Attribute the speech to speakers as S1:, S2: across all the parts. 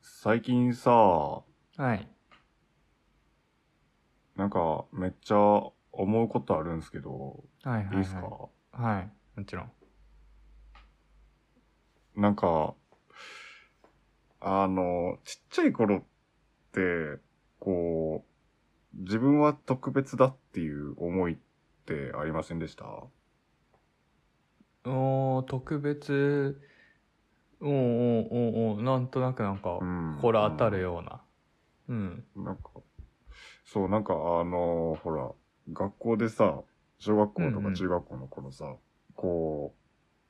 S1: 最近さ、
S2: はい。
S1: なんかめっちゃ思うことあるんすけど、
S2: はいはい、はい
S1: いですか、
S2: はい。もちろん。
S1: なんか、あの、ちっちゃい頃って、こう、自分は特別だっていう思いってありませんでした
S2: おー、特別、おーおーおーおーなんとなくなんか、
S1: ん
S2: これ当たるような。うん。
S1: なんか、そう、なんかあのほら、学校でさ、小学校と
S2: うんう
S1: か
S2: ん
S1: 中学校の頃さ、こ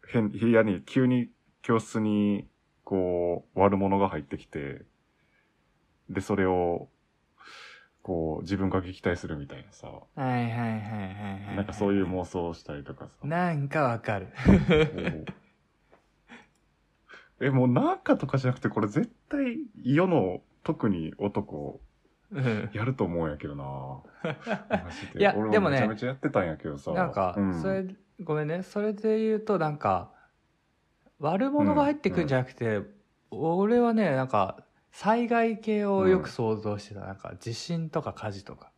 S1: う、変、部屋に、急に教室に、こう、悪者が入ってきて、で、それを、こう、自分が撃退するみたいなさ、
S2: はいはいはいはいはい。
S1: なんかそういう妄想をしたりとかさ。
S2: なんかわかる。
S1: こうえ、もうなんかとかじゃなくて、これ絶対、世の、特に男、
S2: うん
S1: やると思うんやけどなマジで
S2: いや
S1: 俺
S2: でもね
S1: めちゃめちゃやってたんやけどさ。
S2: なんか
S1: う、ん
S2: それ、ごめんね。それで言うとなんか、悪者が入ってくんじゃなくて、俺はね、なんか、災害系をよく想像してた。なんか、地震とか火事とか。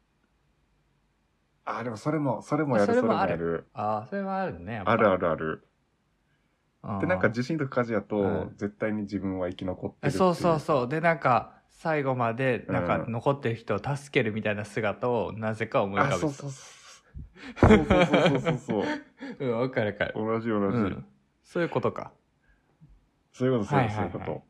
S1: あ、でもそれも、それもやる、
S2: そ
S1: それ
S2: れ
S1: も
S2: も
S1: や
S2: ある
S1: る。
S2: ああ、それはあるね。
S1: あるあ
S2: る。
S1: るある。
S2: うん
S1: で、なんか地震とか火事やと、
S2: うん
S1: 絶対に自分は生き残ってるってい
S2: そうそうそう。で、なんか、最後まで、なんか、
S1: うん
S2: 残ってる人を助けるみたいな姿を、なぜか思い浮か
S1: あ、
S2: べてた。
S1: そうそうそう。そうそうそうそうそう。
S2: うん、わかるわかる。
S1: 同じ同じ。
S2: うん。そういうことか。
S1: そういうこと、そういうこと、
S2: はいはいはい
S1: そういうこ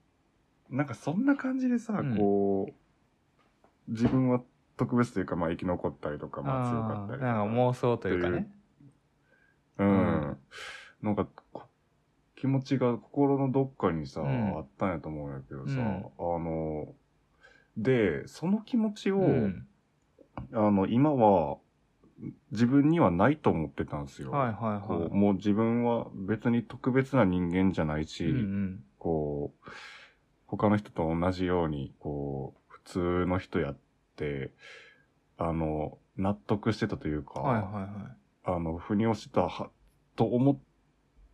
S1: と。なんかそんな感じでさ、
S2: うん
S1: こう、自分は特別というか、まあ生き残ったりとか、まあ強か
S2: あ
S1: った
S2: ー
S1: りとか。
S2: なんか妄想というか
S1: っ
S2: ね。
S1: うん。なんかこ、気持ちが心のどっかにさ、
S2: うん
S1: あったんやと思うんやけどさ、
S2: うん
S1: あの、で、その気持ちを、
S2: うん。
S1: あの、今は、自分にはないと思ってたんですよ。
S2: はいはい
S1: こ
S2: は
S1: うもう自分は別に特別な人間じゃないし、
S2: い。うんうん。
S1: こう、他の人と同じように、こう、普通の人やって、あの、納得してたというか、
S2: はいは
S1: あの、腑に落ちたは、と思っ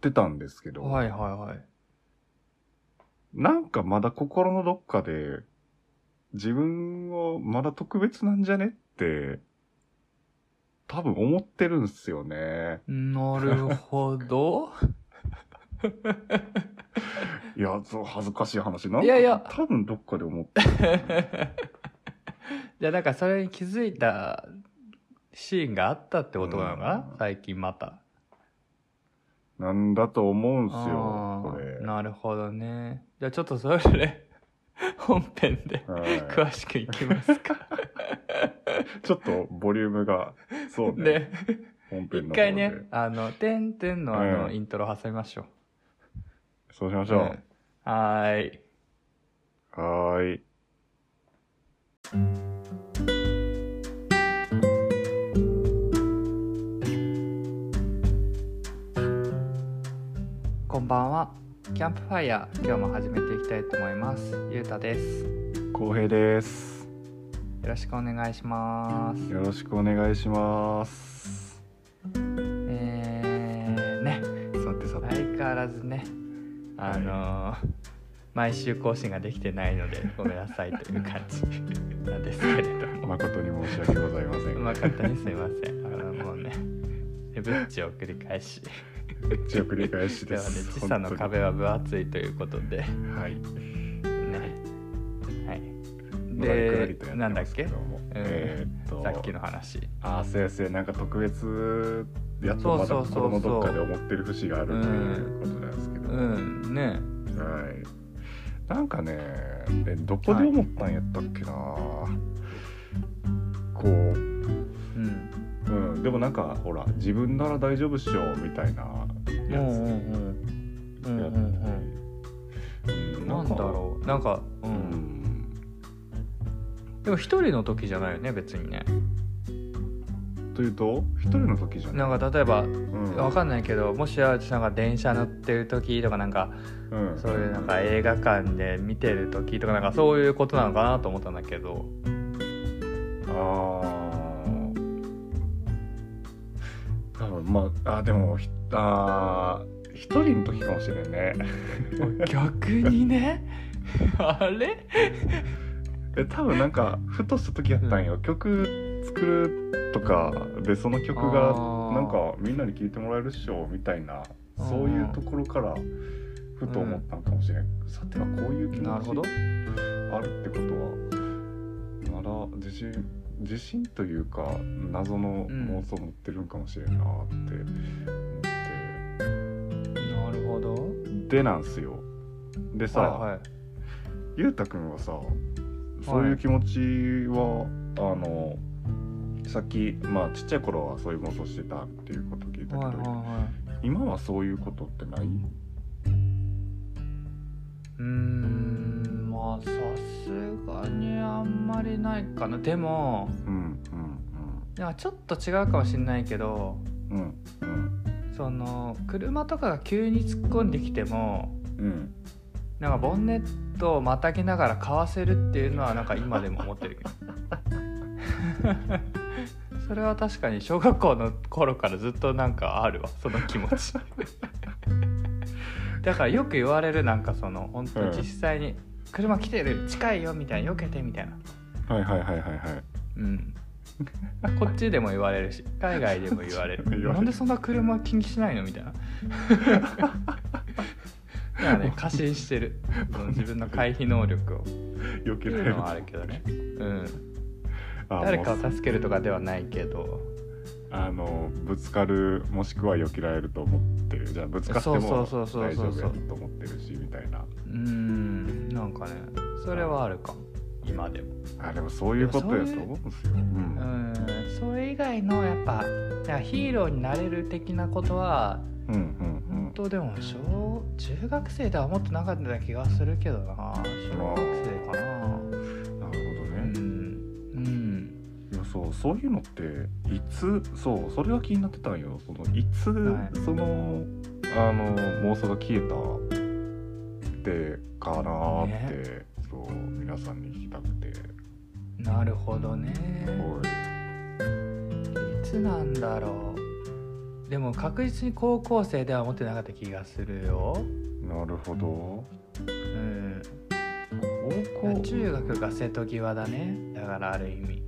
S1: てたんですけ
S2: い
S1: ど、
S2: はい。はいはいはい。
S1: なんかまだ心のどっかで、自分はまだ特別なんじゃねって、多分思ってるんすよね。
S2: なるほど。
S1: いや、そう、恥ずかしい話。なんか
S2: いやいや
S1: 多分どっかで思って。
S2: じゃあ、なんかそれに気づいたシーンがあったってことなのかな、
S1: うん
S2: 最近また。
S1: なんだと思うんす
S2: あ
S1: よ、
S2: ー
S1: これ。
S2: なるほどね。じゃあちょっとそれぞれ 本編で
S1: はい
S2: 詳しくいきますか。
S1: ちょっとボリュームが、そうね。
S2: で、
S1: 本編
S2: 一
S1: の方で。
S2: 回ね、あの、てんてんのあの、
S1: うん
S2: イントロ挟みましょう。
S1: そうしまし
S2: う
S1: ょ
S2: ん
S1: う。
S2: はーい。
S1: はーい。
S2: こんばんは。キャンプファイヤー、今日も始めていきたいと思います。ゆうたです。よ
S1: 浩平です。
S2: ろしくお願いします。
S1: よろしくお願いします。
S2: えー、ね、
S1: さてさて。
S2: 相変わらずね、あのー毎週更新ができてないので、ごめんなさいという感じ なんですけれども。
S1: 誠に申し訳ございませ。
S2: うんまかったねすいませんあのもうねえぶっちを繰り返し
S1: 一応繰り返し
S2: で
S1: で
S2: はね
S1: す。
S2: 時差の
S1: 本
S2: 壁は分厚いということでね
S1: 当に。はい。
S2: はい
S1: のらり
S2: で
S1: くらりとやってます
S2: なんだっけ
S1: どもえーっと、
S2: さっきの。話
S1: ああ、そうやそうや、なんか特別、やっと
S2: そ
S1: ま
S2: う
S1: だ
S2: そうそうそ
S1: 心
S2: う
S1: のどっかで思ってる節があるっていうことなんですけど。
S2: うんね
S1: はい。なんかね、えどこで思ったんやったっけな、こう、
S2: うん
S1: うん、でもなんかほら、自分なら大丈夫っしょみたいな
S2: う
S1: や
S2: ん
S1: つ
S2: うんうんうん
S1: や
S2: うんうん
S1: うん
S2: なんだろうなんかう
S1: ううんん。
S2: でも一人の時じゃないよね別にね
S1: というと、一人の時じゃない。
S2: なんか例えば
S1: うん
S2: わかんないけどもしあなんか電車乗ってる時とかなんか
S1: うん
S2: そういうなんか映画館で見てる時とかなんかそういうことなのかなと思ったんだけ ど
S1: あー多分まあ、あーでもひあー一人の時かもしれんね
S2: 逆にね あれ
S1: え多分なんかふとした時やったんよ、曲作るとかでその曲
S2: あ
S1: が
S2: ー
S1: なんかみんなに聴いてもらえるっしょみたいな
S2: うん
S1: そういうところからふと思ったんかもしれん、さてはこういう気
S2: な
S1: 持
S2: る
S1: ち
S2: ほど。
S1: あるってことはなら自信自信というか謎の妄想持ってるんかもしれんなって思って、
S2: なるほど。
S1: でなんすよでさ、
S2: はいはい。
S1: ゆうたくんはさそういう気持ちは、あのさっきまあちっちゃい頃はそういう妄想してたっていうこと聞いたけど、
S2: はいはいはい。
S1: 今はそういうことってない、
S2: うーん、まあさすがにあんまりないかな。でも、
S1: うん
S2: いやちょっと違うかもしれないけど、
S1: うんうんうんうん
S2: その車とかが急に突っ込んできても、
S1: うん
S2: なんかボンネットをまたぎながらかわせるっていうのはなんか今でも思ってるけど。それは確かに小学校の頃からずっとなんかあるわその気持ちだからよく言われるなんかその本当に実際に車来てる近いよみたいな避けてみたいな
S1: はいはいはいはいはい
S2: うん、こっちでも言われ るし海外でも言われる
S1: こっちでも言われる
S2: なんでそんな車禁止しないのみたいな だからね過信してるその自分の回避能力をって
S1: 避け
S2: い
S1: ら
S2: う
S1: れる
S2: のはあるけどね、うん、
S1: あ
S2: 誰かを
S1: もう
S2: 助けるとかではないけど
S1: あのぶつかるもしくは避けられると思ってるじゃあぶつかっても
S2: そうそうそうそう
S1: 大
S2: そ
S1: 丈
S2: う
S1: 夫やと思ってるしみたいな
S2: うんなんかねそれはあるかも今でも
S1: あでもそういうことやと思うんですよ、うん
S2: うんそれ以外のやっぱなんかヒーローになれる的なことは
S1: うんうんうん
S2: 本当でも小中学生ではもっとなかった気がするけどな小学生かな
S1: なるほど
S2: う
S1: ね、
S2: んうん
S1: いやそうそういうのっていつそうそれが気になってたんよそのいつ、
S2: はい
S1: そのあの妄想が消えたってかなーって、そう皆さんに聞きたくて
S2: なるほどね
S1: おい
S2: いつなんだろうでも確実に高校生では思ってなかった気がするよ
S1: なるほど
S2: うん
S1: 高校
S2: 中学が瀬戸際だねだからある意味、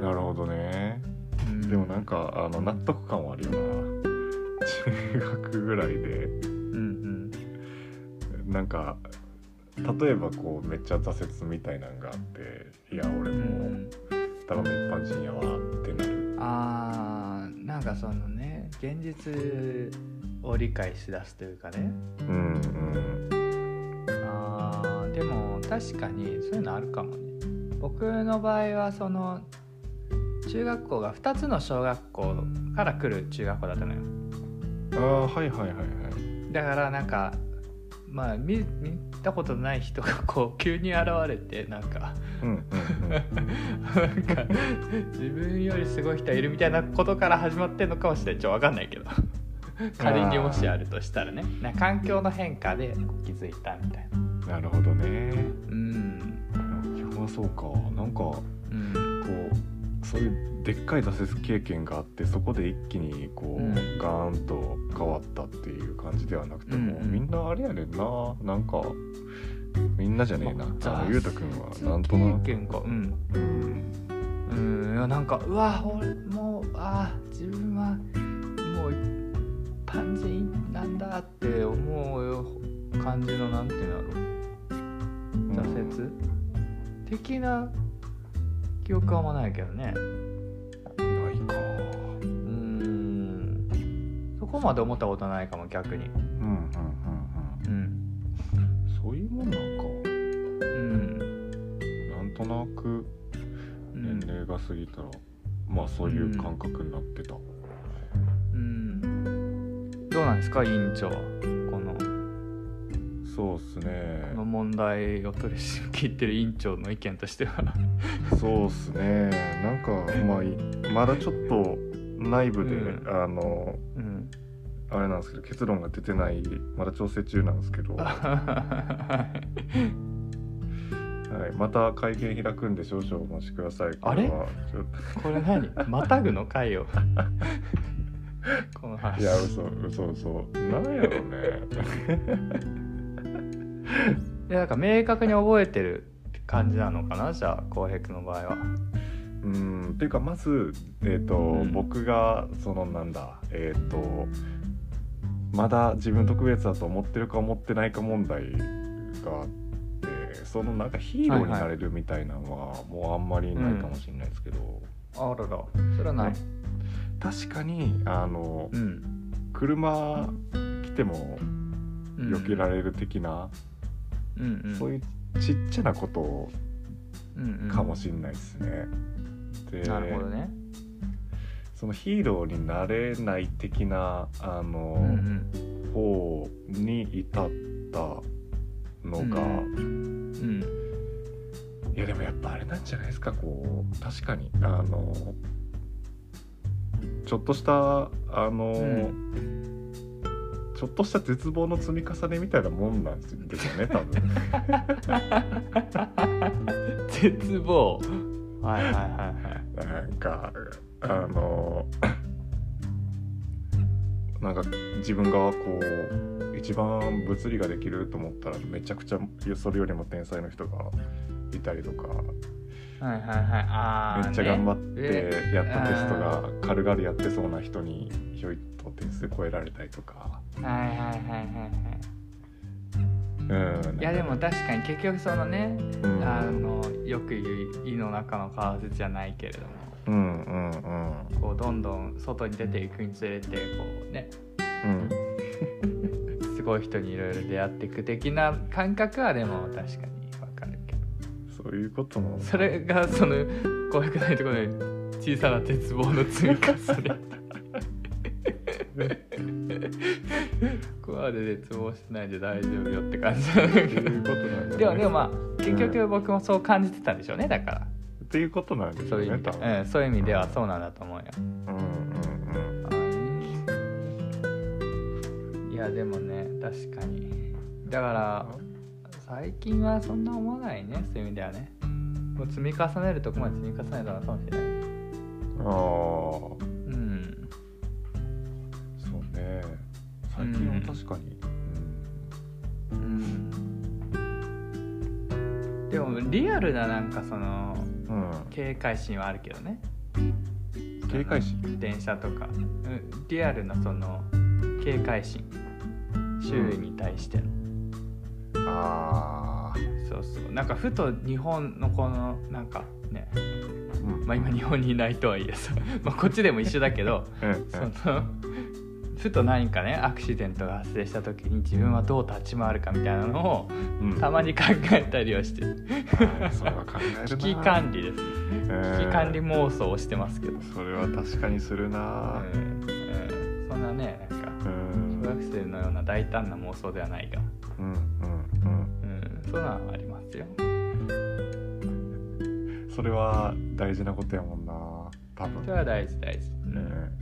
S1: なるほどね
S2: うん
S1: でもなんかあの納得感はあるよな中学ぐらいで
S2: うん
S1: なんか例えばこうめっちゃ挫折みたいなんがあっていや俺
S2: うんうんう
S1: も
S2: ん
S1: ただの一般人やわってなる
S2: あーなんかそのね現実を理解しだすというかね
S1: うんうん
S2: あーでも確かにそういうのあるかもね僕の場合はその中学校が2つの小学校から来る中学校だったのよ
S1: ああはいはいはいはい
S2: だからなんかまあ見見たことない人がこう 急に現れてなんか
S1: うんうんうん
S2: なんか自分よりすごい人いるみたいなことから始まってんのかもしれないちょっとわかんないけど仮にもしあるとしたらねなんか環境の変化で気づいたみたいな
S1: なるほどね
S2: うん
S1: いやまあそうかなんかこ
S2: うん
S1: うそういうでっかい挫折経験があってそこで一気にこう、
S2: うん
S1: ガーンと変わったっていう感じではなくても、
S2: うんうん
S1: みんなあれやねんななんかみんなじゃねえな
S2: まあ
S1: あのゆうたくんはなんとな
S2: 経
S1: く
S2: 験かうん
S1: うん
S2: うんいやなんかうわ俺もうあー自分はもう一般人なんだって思う感じのなんていうんだろう挫折、的な記憶はあんまないけどね
S1: うんないか
S2: うんそこまで思ったことないかも逆に
S1: うんうんうん
S2: うん
S1: うんそういうもんなんか
S2: うん
S1: なんとなく
S2: うん
S1: 年齢が過ぎたら、まあそういう感覚になってた、
S2: うんどうなんですか委員長はこの
S1: そうっすね
S2: この問題を取り仕切ってる委員長の意見としては
S1: そうっすねなんかまあいまだちょっと内部で、
S2: うん
S1: あの
S2: うん
S1: あれなんですけど結論が出てないまだ調整中なんですけど、はい、また会見開くんで少々お待ちください
S2: あれ
S1: こはちょっ
S2: これ何またぐの回をこの
S1: と
S2: 話
S1: いや嘘嘘嘘なんやろうね
S2: でなんか明確に覚えてる感じなのかなじゃあ浩平君の場合は。
S1: うんっていうかまず、えーと
S2: うん
S1: 僕がそのなんだえっ、とまだ自分特別だと思ってるか思ってないか問題があってそのなんかヒーローになれるみたいなのはもうあんまりないかもしれないですけど、
S2: あららそれはない。
S1: 確かにあの
S2: うん。
S1: 車来ても
S2: うん
S1: 避けられる的な、
S2: うんうん、
S1: そういうちっちゃなこと
S2: うんうん
S1: かもしれないですね。で
S2: なるほどね。
S1: そのヒーローになれない的なあの、
S2: うんうん
S1: 方に至ったのが、
S2: うん
S1: いやでもやっぱあれなんじゃないですかこう確かにあのちょっとしたあの、ちょっとした絶望の積み重ねみたいなもんなんですよね多分
S2: 絶望はいはいはいはい
S1: なんかあのなんか自分がこう一番物理ができると思ったらめちゃくちゃいやそれよりも天才の人がいたりとか
S2: はいはいはいあー
S1: めっちゃ頑張って
S2: ね
S1: やったテストが軽々やってそうな人にひょいっと点数超えられたりとか。
S2: えはいはいはいはいは
S1: うん、
S2: いいやでも確かに結局そのね
S1: うん、
S2: あのよく言う「胃の中の蛙」じゃないけれども
S1: うんうんうん
S2: こうどんどん外に出ていくにつれてこうね
S1: うん
S2: すごい人にいろいろ出会っていく的な感覚はでも確かにわかるけど
S1: そういうことも
S2: それがその怖くないところで小さな絶望の積み重 ねコアで絶望しないで大丈夫よって感じな
S1: っ
S2: んだ
S1: て
S2: け
S1: いう
S2: ど
S1: ことなんだ
S2: でもでもまあ結局僕もそう感じてたんでしょうねだから
S1: っていうことなんです
S2: そ
S1: よ
S2: ういう意
S1: ね
S2: 味で、
S1: 多分
S2: うん、そういう意味ではそうなんだと思うよ
S1: うんうん
S2: いやでもね確かにだか
S1: う
S2: ら
S1: ん
S2: 最近はそんな思わないねそういう意味ではねもう積み重ねるとこまで積み重ねたのかもしれない
S1: ああそ
S2: うん
S1: うね最近は確かに、うん
S2: うんでもリアルななんかその
S1: うん、
S2: 警戒心はあるけどね
S1: 警戒心
S2: 電車とかうんリアルなその警戒心周囲に対しての、
S1: ああ、
S2: そうそうなんかふと日本のこのなんかね
S1: うん
S2: まあ今日本にいないとはいえさ、まあ、こっちでも一緒だけど
S1: うん
S2: そのふと何かねアクシデントが発生した時に自分はどう立ち回るかみたいなの
S1: うん
S2: をたまに考えたりはしてる
S1: はいそれは考えるな
S2: 危機管理です
S1: 危
S2: 危機管理妄想をしてますけど、
S1: それは確かにする
S2: うん
S1: な
S2: うんそんなねなんか
S1: う
S2: 小
S1: ん
S2: 学生のような大胆な妄想ではないが、
S1: うんうん
S2: うん、そういうのはありますよ
S1: うんそれは大事なことやもんな多
S2: そ
S1: 分
S2: れは大事大事、うん
S1: ね
S2: うん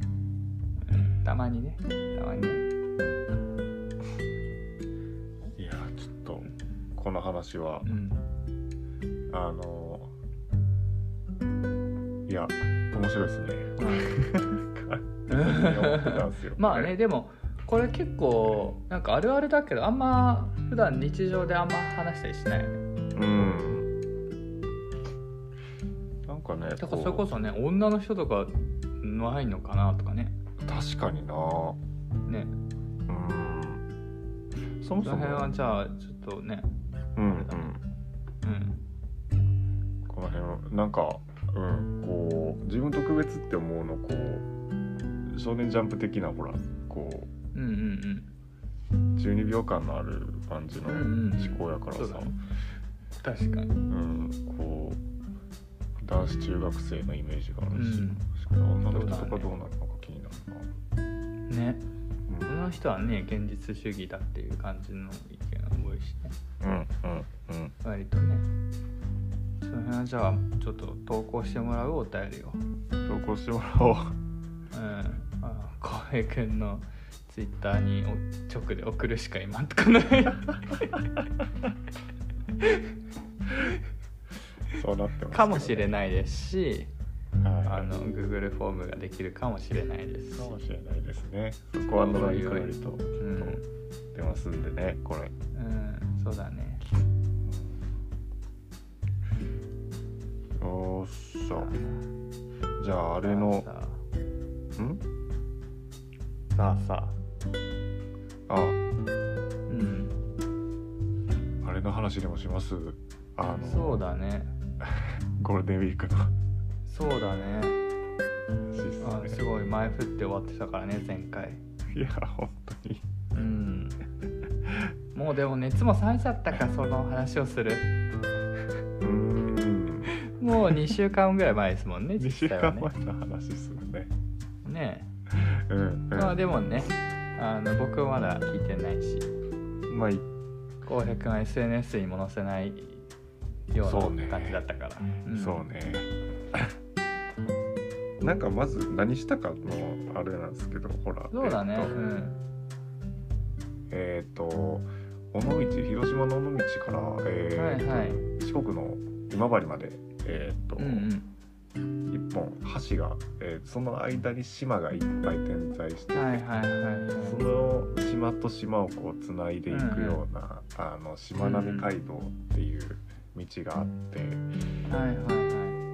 S2: たまにねたまにね
S1: いやちょっとこの話は
S2: うん
S1: あのいや面白いですね 思ってたんですよ
S2: まあねでもこれ結構なんかあるあるだけどあんま普段日常であんま話したりしないよね
S1: うんなんかね
S2: だか
S1: こ
S2: ら
S1: う
S2: それこそね女の人とかないのかなとかね
S1: 確かにな
S2: ね
S1: うんそも
S2: そ
S1: そ
S2: の辺
S1: も
S2: はじゃあちょっとね
S1: うんうん
S2: うん
S1: この辺なんか、うん、こう自分特別って思うのこう少年ジャンプ的なほらこう
S2: うんうん
S1: 12秒間のある感じの
S2: うんうんうん
S1: 思考やから
S2: そうだ
S1: さ、
S2: ね確かに
S1: うんこう男子中学生のイメージがあるし、
S2: うん
S1: 確かに女の人とか
S2: そうだね
S1: どうなるのか気になる
S2: ね
S1: な。
S2: この人はね現実主義だっていう感じの意見が多いしね
S1: うんうんうん
S2: 割とねその辺はじゃあちょっと投稿してもらうお便りを
S1: うん、投稿してもらおう。
S2: うんあ浩平君のツイッターにお直で送るしか今んとこない
S1: そうなってますけどね
S2: かもしれないですし
S1: はい
S2: あの Google フォームができるかもしれないですし
S1: かもしれないですね。そこはのらりくらりと
S2: うん、
S1: 出ますんでね、これ。
S2: うん、そうだね
S1: した。じゃあ、あれの、
S2: さ
S1: ん
S2: あさあさ
S1: あ、
S2: あうん
S1: あれの話でもしますあの、
S2: そうだね
S1: ゴールデンウィークの
S2: そうだね
S1: 話です
S2: あす
S1: ね。
S2: ごい前振って終わってたからね前回
S1: いや、本当に。
S2: うん もうでも熱も冷めちゃったかその話をする
S1: うーん。
S2: もう2週間ぐらい前ですもんね
S1: 2
S2: 実
S1: 週
S2: 際は
S1: 間
S2: ね
S1: 前の話ですよね。
S2: ね
S1: うん、うん。
S2: えまあでもねあの僕はまだ聞いてないし
S1: まあ、い
S2: 浩平君は SNS にも載せないよ
S1: そう
S2: う
S1: ね
S2: な感じだったからん
S1: そう ね。なんかまず何したかのあれなんですけど、ほら。
S2: そうだね、
S1: えっと
S2: うん
S1: えー、と尾道広島の尾道から、え
S2: は
S1: ー
S2: いはい
S1: 四国の今治まで、えーと
S2: うんうん
S1: 一本橋が、えーその間に島がいっぱい点在してて、
S2: はいはいはいはい
S1: その島と島をこうつないでいくような、あのしまなみ海道っていう道があって、
S2: はいはい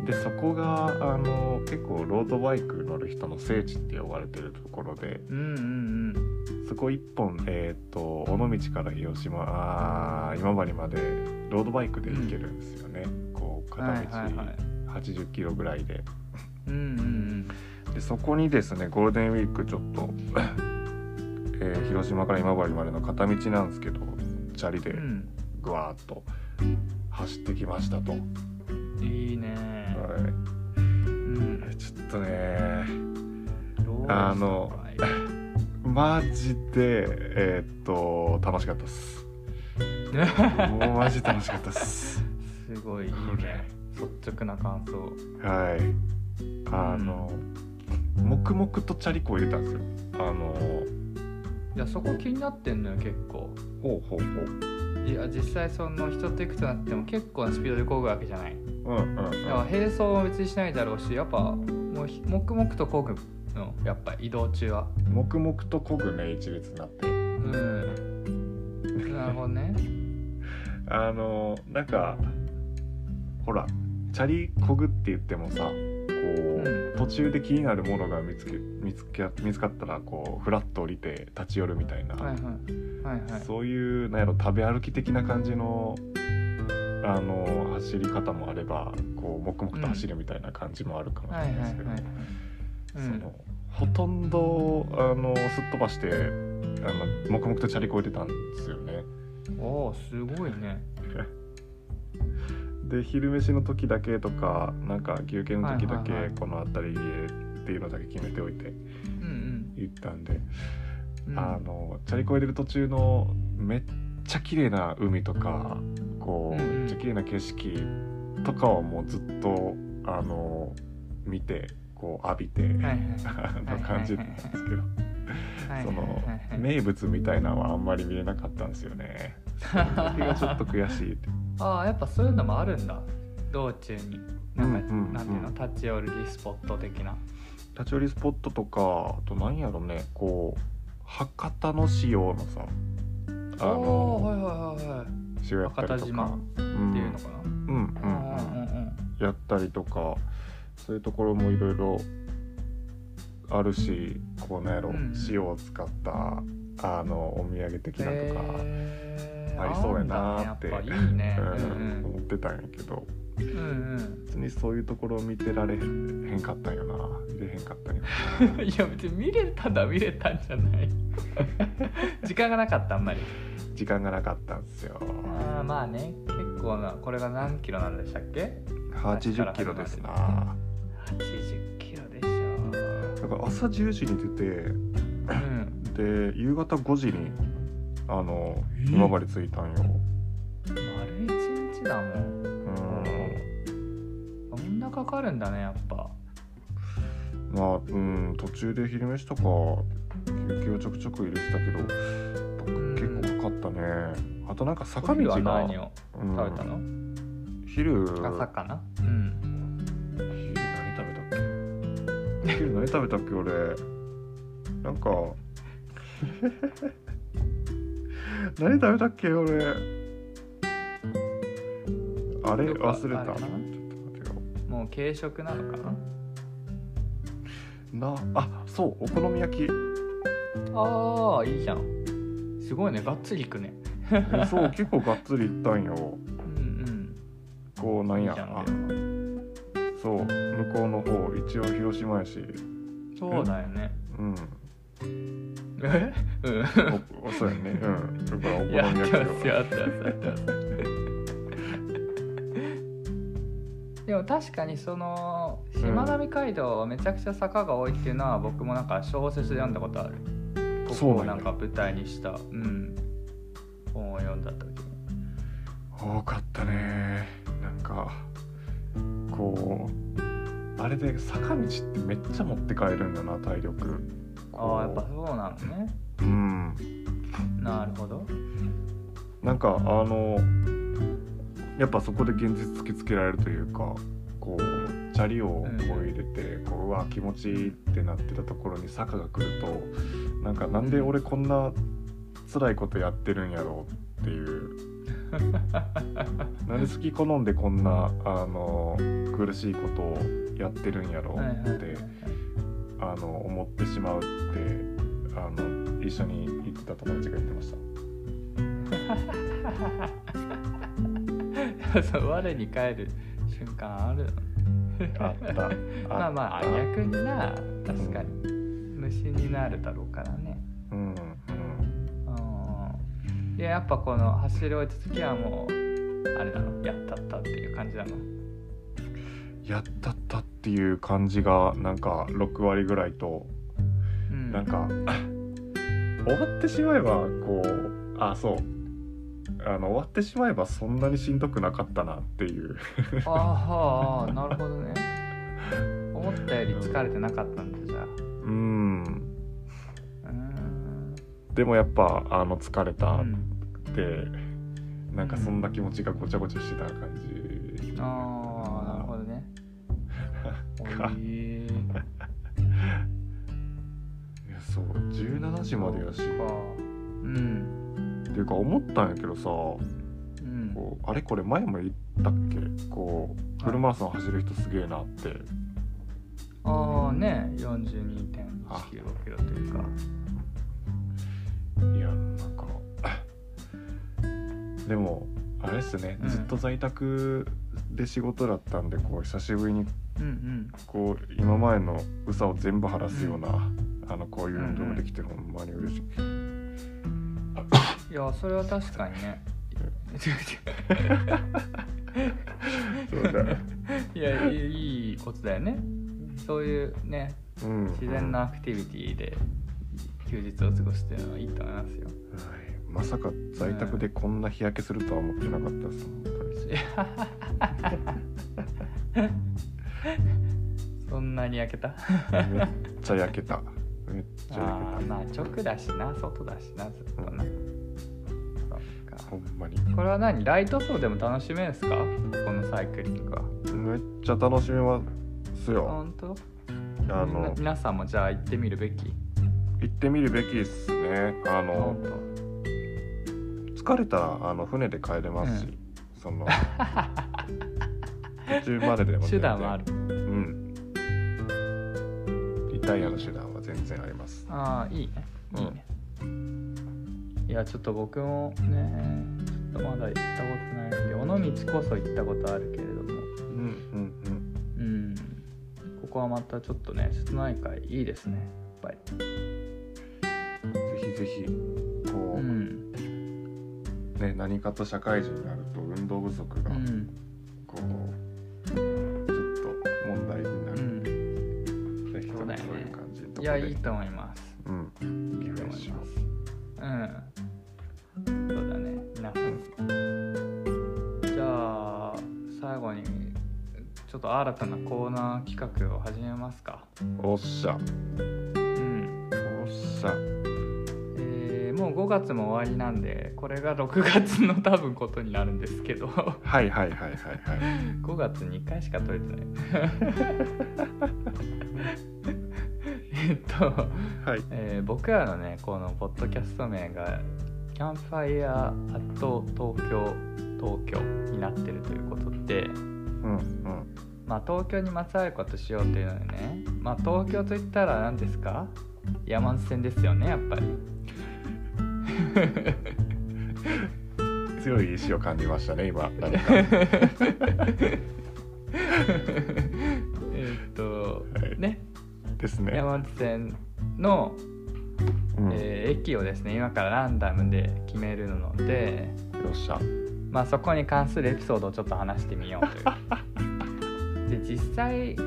S1: でそこがあの結構ロードバイク乗る人の聖地って呼ばれてるところで
S2: うんうんうん
S1: そこ一本、えー、と尾道から広島あー今治までロードバイクで行けるんですよね、こう片
S2: はい
S1: 道
S2: はいはい
S1: 80キロぐらいで,、
S2: うんうん
S1: でそこにですねゴールデンウィークちょっと、 えー広島から今治までの片道なんですけどチャリで
S2: うんうん
S1: ぐわーっと走ってきましたと、
S2: いいね
S1: は
S2: うん
S1: い、ちょっとね
S2: あ
S1: あ
S2: の
S1: のマジでえーっと楽しかったっすもうマジ楽しかったっ す
S2: すごいいいね率直な感想
S1: はい。あの、黙々とチャリこ入れたんですよ。あの、
S2: いやそこ気になってんのよ結構
S1: ほうほう
S2: いや実際その人と行くとなっても結構なスピードでこぐわけじゃない
S1: ほう。うんうん、
S2: だから並走は別にしないだろうしやっぱもうひ黙々とこぐのやっぱ移動中は
S1: 黙々とこぐね、一列になって。
S2: うんなるほどね
S1: あの、なんか、ほら、チャリこぐって言ってもさ、こう、
S2: う
S1: 途中で気になるものが見つけ、見つけ、見つかったら、こう、ふらっと降りて立ち寄るみたいな、
S2: はいはいはいはい
S1: そういう、なんやろ、食べ歩き的な感じの、あの、走り方もあれば、こう、黙々と走るみたいな感じもあるかもしれ
S2: は
S1: ないい
S2: はい
S1: で
S2: は
S1: す
S2: い
S1: けど。そ
S2: うん
S1: のほとんどあのすっ飛ばしてあの黙々とチャリこいでたんですよね
S2: おおすごいね
S1: で昼飯の時だけとかなんか休憩の時だけ
S2: はいはいはい
S1: この辺りでっていうのだけ決めておいて
S2: うん
S1: 行ったんで、
S2: うんうん
S1: あのチャリこいでる途中のめっちゃ綺麗な海とかこう、
S2: うんうん
S1: めっちゃ綺麗な景色とかはもうずっとあの見てこう浴びて、
S2: はいはい
S1: あの感じなんですけど。
S2: はいはい
S1: そ の
S2: はいはい
S1: 名物みたいなのはあんまり見れなかったんですよね。それがちょっと悔しいって。
S2: ああやっぱそういうのもあるんだ道中になんか、
S1: うんうんうん
S2: なんていうの立ち寄りスポット的な
S1: 立ち寄りスポットとかあと何やろねこう博多の塩のさあ
S2: おー
S1: の
S2: はいはいはいはいっ
S1: 塩やったり
S2: 博多
S1: と
S2: 島
S1: か
S2: っ
S1: うん
S2: ていうのかな、
S1: うんうん
S2: う
S1: うん
S2: んうんうん
S1: やったりとかそういうところもいろいろあるしこうなんやろ、
S2: うん
S1: 塩を使ったあのお土産的なとか、
S2: えー
S1: ありそうやなーって
S2: あんだねやっぱいいね
S1: うん思ってたんやけど。
S2: うんうん
S1: 別にそういうところを見てられへんかったんよな見れへんかったんよ
S2: うんうん いや別に見れたんだ見れたんじゃない 時間がなかったあんまり
S1: 時間がなかったんですよ
S2: あーまあね結構なこれが何キロなんでしたっけ
S1: 80キロですな
S2: 80キロでしょ
S1: だから朝10時に出
S2: うん
S1: てで夕方5時にあの
S2: え
S1: 今治着いたんよ
S2: 丸一日だもん
S1: うん
S2: そんなかかるんだねやっぱ
S1: まあうん途中で昼飯とか休憩をちょくちょく入れてたけど結構かかったねあとなんか坂道
S2: お
S1: が
S2: 昼は何を
S1: うん
S2: 食べたの、
S1: 昼昼
S2: 朝かなうん
S1: 何食べたっけ昼何食べたっけ俺なんか 何食べたっけ俺あれ
S2: どっか
S1: 忘れた
S2: あれか
S1: ちょっ
S2: な
S1: と待ってよ
S2: ももう軽食なのかな
S1: なあそうお好み焼 き
S2: ああいいじゃんすごいねがっつりいくね
S1: そう結構がっつりいったんよ
S2: うん
S1: こうなんや
S2: いいじゃん
S1: あそう向こうの方一応広島やし
S2: うんそうだよね
S1: うん
S2: えうん
S1: おそうやねうんだからお好み
S2: や
S1: 焼
S2: っ
S1: き
S2: てます
S1: は
S2: やってますやってますでも確かにそのしまなみ海道はめちゃくちゃ坂が多いっていうのは僕もなんか小説で読んだことあるここ
S1: そうなん
S2: を
S1: や
S2: なんか舞台にしたうん本を読んだ時に
S1: 多かったねなんかこうあれで坂道ってめっちゃ持って帰るんだな体力
S2: ああやっぱそうなのね
S1: うん
S2: なるほど
S1: なんかあのやっぱそこで現実突きつけられるというかこうチャリをこう入れて、うこううわ気持ちいいってなってたところに坂が来るとなんかなんで俺こんな辛いことやってるんやろうって いうなんで好き好んでこんなあの苦しいことをやってるんやろう
S2: はいはい
S1: っ
S2: はい
S1: て、
S2: はい
S1: あの思ってしまうってあの一緒に行ってた友達が言ってま した。
S2: そう我に返る瞬間ある
S1: あった。あ
S2: まあまあ
S1: った
S2: 逆にな確かに虫になるだろうからね
S1: うんうん
S2: うんいややっぱこの走り終えた時はもうあれなのやったったっていう感じなの
S1: やったったっていう感じがなんか6割ぐらいと、
S2: うん
S1: なんか終わってしまえばこうあそうあの終わってしまえばそんなにしんどくなかったなっていう
S2: ああああなるほどね思ったより疲れてなかったんだじゃ
S1: うん
S2: あうん
S1: でもやっぱあの疲れた
S2: う
S1: っ
S2: ん
S1: て、なんかそんな気持ちがごちゃごちゃしてた感じ、
S2: ああなるほどね
S1: か
S2: おい
S1: いやそう17時までやし
S2: そっかうん
S1: っていうか思ったんやけどさ
S2: うん
S1: こうあれこれ前も言ったっけこうフルマラソン走る人すげえなって
S2: ああね42.1キロキロというか
S1: いやなんか でもあれっすね、
S2: うん
S1: ずっと在宅で仕事だったんでこう久しぶりに
S2: うんうん
S1: こう今前のうさを全部晴らすような、あのこういう運動ができてほんまに嬉しい、
S2: いやそれは確かにね
S1: そうだ
S2: いやいいいいことだよねそういうね
S1: うん
S2: 自然なアクティビティで休日を過ごすっていうのはいいと思いますよ
S1: はいまさか在宅でこんな日焼けするとは思ってなかったです、本当に
S2: いやそんなに焼 けた
S1: めっちゃ焼けためっちゃ焼けた
S2: あーまあ直だしな外だしなずっとなそっか
S1: ほんまに
S2: これは何ライト層でも楽しめるんすかこのサイクリングは
S1: めっちゃ楽しめますよ
S2: 本当
S1: あ
S2: みんな
S1: の
S2: 皆さんもじゃあ行ってみるべき
S1: 行ってみるべきっすねあの
S2: 本当
S1: 疲れたらあの船で帰れますし、
S2: う
S1: そ の途中まででも全然
S2: 手段はある
S1: うんリタイアの手段は全然あります
S2: ああいいねいいね、いやちょっと僕もねちょっとまだ行ったことないんで尾道こそ行ったことあるけれども
S1: うんうん
S2: うんここはまたちょっとね瀬戸内海いいですねやっぱり
S1: うんぜひぜひこ
S2: う
S1: う、
S2: ん
S1: ね何かと社会人になると運動不足
S2: う
S1: が
S2: ん
S1: こう、ちょっと問題にな
S2: う
S1: る、
S2: ん
S1: ぜひと
S2: そう
S1: も
S2: だ
S1: そ
S2: よね
S1: ういう感じのところ
S2: いや
S1: で
S2: いいと思います
S1: うん
S2: いいと思いますうんそうだね皆さんじゃあ最後にちょっと新たなコーナー企画を始めますか
S1: おっしゃ
S2: うん
S1: おっしゃ
S2: えーもう5月も終わりなんでこれが6月の多分ことになるんですけ ど
S1: はいはいはいはいはい
S2: 5月に1回しか撮れてない えっと、
S1: はい
S2: えー僕らのねこのポッドキャスト名が「キャンプファイヤー・アット・東京東京」になってるということで
S1: うんうん
S2: ままあ、東京にまつわることしようというのでね、まあ、東京といったら何ですか山手線ですよねやっぱり
S1: 強い意志を感じましたね、今。何 か。はい。
S2: えっとね
S1: ですね。
S2: 山手線の、
S1: うん
S2: えー駅をですね今からランダムで決めるので、
S1: よっしゃ。
S2: まあ、そこに関するエピソードをちょっと話してみようというで実際こ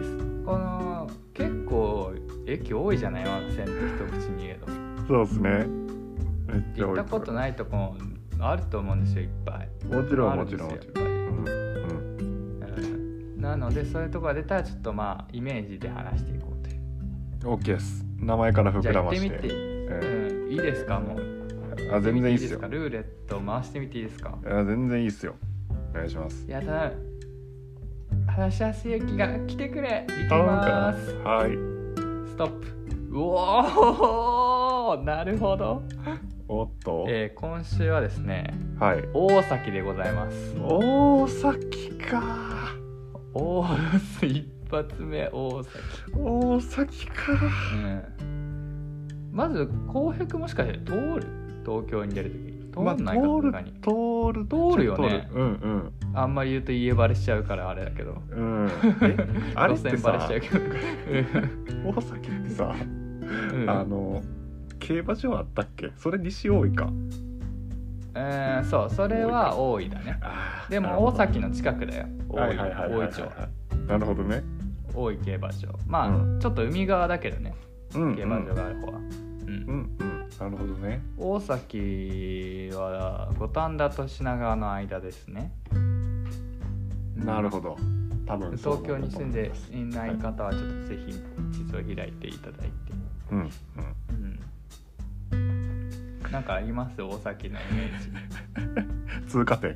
S2: の結構駅多いじゃない山手線って一口に言えど
S1: そうですね。めっちゃ多
S2: 行っ
S1: い
S2: たことないとこもあると思うんですよいっぱい
S1: もちろん、もちろん、
S2: あ
S1: も
S2: る
S1: ち
S2: です
S1: ろ
S2: よやっ
S1: ん。うん。うん。
S2: ぱりうんなのでそういうとこが出たらちょっとまあイメージで話していこうという
S1: OK です。名前から
S2: じゃ
S1: 膨ら
S2: あ行っ
S1: ま
S2: て
S1: して。
S2: みて、
S1: え
S2: うん、いいですかもう
S1: ーあ、全然いいっすよ
S2: か。ルーレット回してみていいですか
S1: あ全然いいっすよ。お願いします。
S2: やだ話しやすい駅が来てくれ行き
S1: 頼むか
S2: ま
S1: ら
S2: す
S1: はい。
S2: ストップうおーなるほど、
S1: おっと。
S2: えー今週はですね
S1: はい。
S2: 大崎でございます
S1: 大崎か。
S2: 大一発目大崎、
S1: 大崎か。
S2: うん、まず浩平君もしかして通る東京に出る時通
S1: まあ、
S2: んないか
S1: 通る
S2: 他に、、
S1: 通る、
S2: 通るよね
S1: 通るうん
S2: あ、んまり言うと家バレしちゃうからあれだけど
S1: うん。う ん。えあれって
S2: 路線バレし
S1: さ
S2: ちゃ、うけどうん
S1: 大崎ってさ、
S2: うん
S1: あの、競馬場あったっけそれ西大井か。
S2: えーそうそれは大井だね
S1: あー
S2: でも大崎の近くだよ大
S1: は
S2: 井
S1: いはいはいはい
S2: 大
S1: は
S2: 井
S1: い
S2: 町
S1: なるほどね。
S2: 大井競馬場まあ、
S1: う
S2: ちょっと海側だけどね
S1: うん、うん。
S2: 競馬場がある方は、う
S1: う
S2: ん
S1: んうん。なるほどね。
S2: 大崎は五反田と品川の間ですね
S1: なるほど。多分そう
S2: 東京に住んでいない
S1: は
S2: 方はちょっとぜひ地図を開いていただい
S1: い
S2: て、
S1: うん、うん。
S2: うん、なんかあります大崎のイメージ
S1: 通過 点。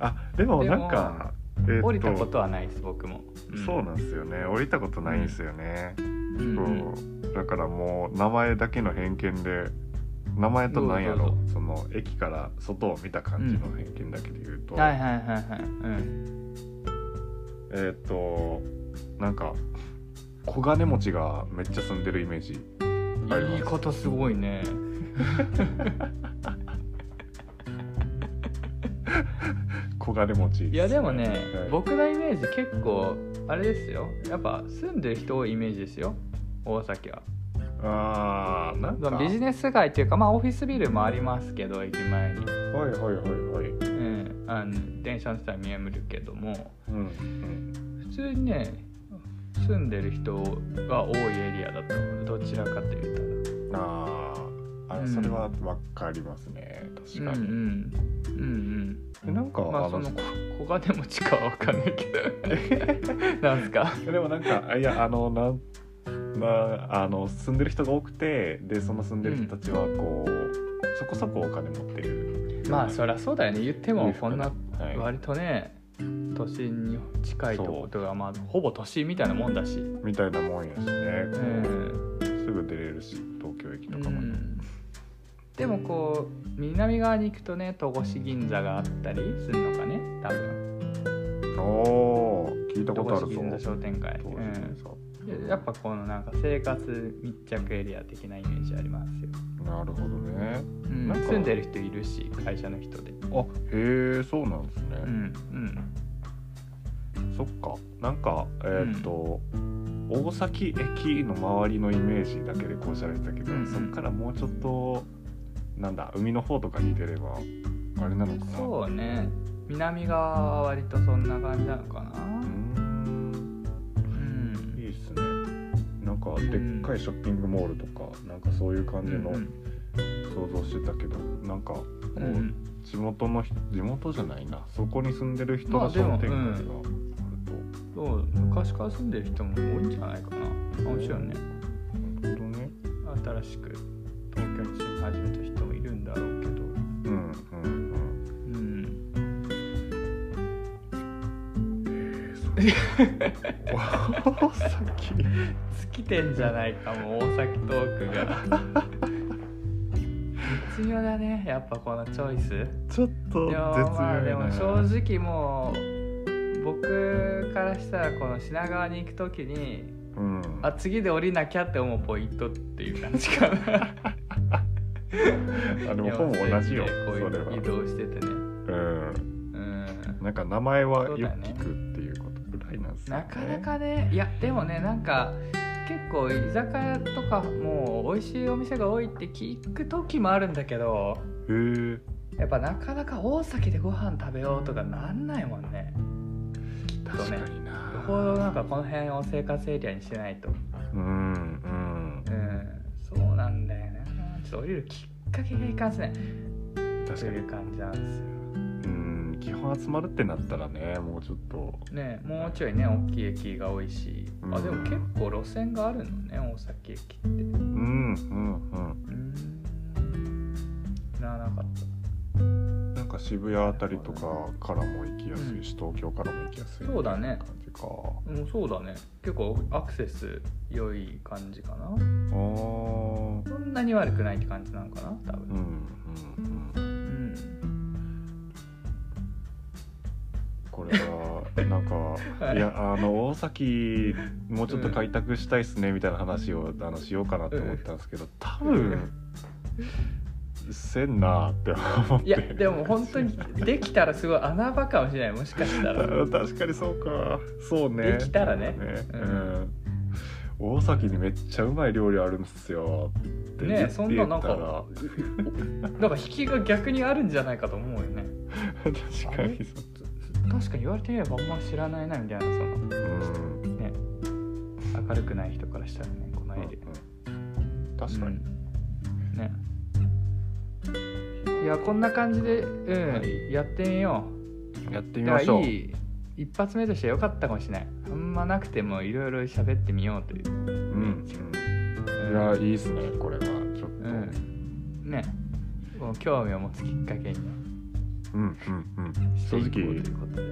S1: あ、でもなんか、えーっと
S2: 降りたことはないです僕も、
S1: そうなんですよね。降りたことないんですよね。
S2: うんうん
S1: そう。だからもう名前だけの偏見で、名前となんや
S2: どうぞ
S1: ろ
S2: どう
S1: その駅から外を見た感じの偏見だけで言うと、
S2: はいはいはいはいうん
S1: えーっとなんか小金持ちがめっちゃ住んでるイメージあります
S2: 言い方すごいね
S1: 小金持ちす、
S2: いやでもね、
S1: はい
S2: 僕のイメージ結構あれですよやっぱ住んでる人多いイメージですよ大崎は
S1: ああなんか
S2: ビジネス街っていうかまあオフィスビルもありますけど駅前に、
S1: はいはいはいはい。
S2: うん、あの電車の下は見えむるけども
S1: うん。
S2: 普通にね住んでる人が多いエリアだと思うどちらかというと
S1: ああ、あ
S2: うん
S1: それはわかりますね。確か
S2: うんう
S1: に。
S2: んうんうん
S1: でなんか、
S2: まあ
S1: あ
S2: そ
S1: の
S2: のこ小金持ちかは分かんない けどなんすか
S1: でもなんか あいやあのなんなあの住んでる人が多くてでその住んでる人たちはこう、そこそこお金持ってる。
S2: まあそりゃそうだよね言って
S1: で
S2: もこんな
S1: はい、
S2: 割とね都心に近いとことがまあほぼ都心みたいなもんだし、
S1: みたいなもんやしね。
S2: う
S1: こう
S2: ん
S1: すぐ出れるし東京駅とかも。
S2: でもこう南側に行くとね戸越銀座があったりするのかね多分
S1: おお聞いたことあ
S2: 戸
S1: るぞ。
S2: 越銀座商店街、
S1: 東京
S2: うん
S1: さ
S2: でやっぱこのなんか生活密着エリア的なイメージありますよ、
S1: なるほどね。
S2: うん
S1: なんか
S2: 住んでる人いるし会社の人で
S1: あへえそうなんですね。
S2: うんうん
S1: そっかなんかえっ、と、大崎駅の周りのイメージだけでこうしゃべってたけど、
S2: うんうん
S1: そっからもうちょっとなんだ海の方とかに出ればあれなのかな
S2: そうね南側は割とそんな感じなのかな
S1: うーん
S2: うん
S1: いいっすねなんかでっかいショッピングモールとかなんかそういう感じの
S2: うん
S1: 想像してたけど、なんかこう、
S2: うんうん
S1: 地元の人地元じゃないなそこに住んでる人
S2: ま
S1: の
S2: あ
S1: 商店街
S2: で
S1: が
S2: も
S1: あると、
S2: そう昔から住んでる人も多いんじゃないかな面白いね
S1: なるほどね
S2: 新しく東京に住み始めた人もいるんだろうけど
S1: うんうんうん
S2: うん
S1: 大崎
S2: 尽きてんじゃないかも大崎トークが尽絶妙だねやっぱこのチョイス
S1: ちょっと
S2: い
S1: 絶
S2: や
S1: 妙
S2: まあで
S1: やな
S2: も正直もう僕からしたらこの品川に行く時に
S1: うん
S2: あ次で降りなきゃって思うポイントっていう感じかな
S1: あでもほぼ同じよ
S2: こう
S1: それ
S2: いう移
S1: は
S2: 動してて
S1: う
S2: ね
S1: ん
S2: うん
S1: なんか名前はよ
S2: そう
S1: く
S2: だよね
S1: 聞くっていうことぐらいなんですよ
S2: な
S1: ね
S2: かなかねいやでもねなんか結構居酒屋とかもう美味しいお店が多いって聞く時もあるんだけど
S1: へえ
S2: やっぱなかなか大崎でご飯食べようとかなんないもんねとね
S1: 確かにな
S2: よほどなんかこの辺を生活エリアにしないと
S1: うんうん
S2: うんそうなんだよねちょっと降りるきっかけがいかんすね
S1: 確
S2: と
S1: かに
S2: いう感じなんですよ
S1: うん基本集まるってなったらねもうちょっと
S2: ねもうちょいね大きい駅が多いし
S1: うん
S2: あでも結構路線があるのね大崎駅ってうん
S1: うんうん
S2: ならなかった
S1: うんなんか渋谷あたりとかからも行きやすいし、東京からも行きやすい
S2: そうだね
S1: 感じか
S2: うん、そうだね結構アクセス良い感じかな
S1: あー
S2: そんなに悪くないって感じなのかな多
S1: うんう
S2: 分
S1: んうん
S2: うん、
S1: これはなんか、
S2: はい
S1: い、やあの大崎もうちょっと開拓したいっすねみたいな話を、あのしようかなって思ったんですけど多分せんなって思って
S2: いやでも本当にできたらすごい穴場かもしれないもしかした
S1: た
S2: ら
S1: 確かにそうかそうね
S2: できたらね
S1: う
S2: うんん
S1: 大崎にめっちゃうまい料理あるんですよって言
S2: ね
S1: っ
S2: そ
S1: て
S2: ん
S1: 言
S2: な
S1: っ
S2: な
S1: た
S2: ん
S1: ら
S2: かなんか引きが逆にあるんじゃないかと思うよね
S1: 確かにそ
S2: 確かに言われてみればあんま知らないなみたいなその
S1: う、うん
S2: ね明るくない人からしたらねこの絵で、
S1: うん確かに、
S2: うんねいやこんな感じでうん、
S1: はい
S2: やってみよう
S1: やってみましょう
S2: いい一発目としては良かったかもしれないあんまなくてもいろいろ喋ってみようとい
S1: う
S2: う、
S1: ん、うん、いやいいっすねこれはちょっと、
S2: うん、ねもう興味を持つきっかけに
S1: うんうんうん
S2: し
S1: 正
S2: ていこうと
S1: 直
S2: いうことで、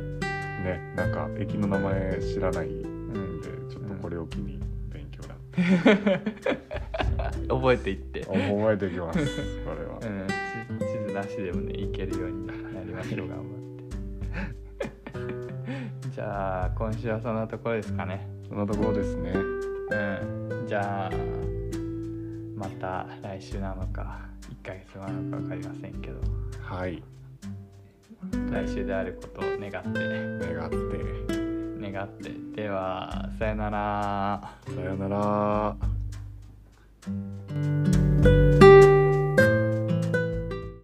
S1: ねなんか駅の名前知らないん
S2: う
S1: でちょっとこれを機に勉強だって
S2: ん、覚えていって、
S1: 覚えておきます これは、
S2: うん、地地図なしでもねいけるようになりましょう頑張って じゃあ今週はそんなところですかね
S1: そんなところですね
S2: うんじゃあまた来週なのか1ヶ月後なのか分かりませんけど
S1: はい
S2: 来週であることを願って
S1: 願って
S2: 願ってではさよなら。
S1: さよなら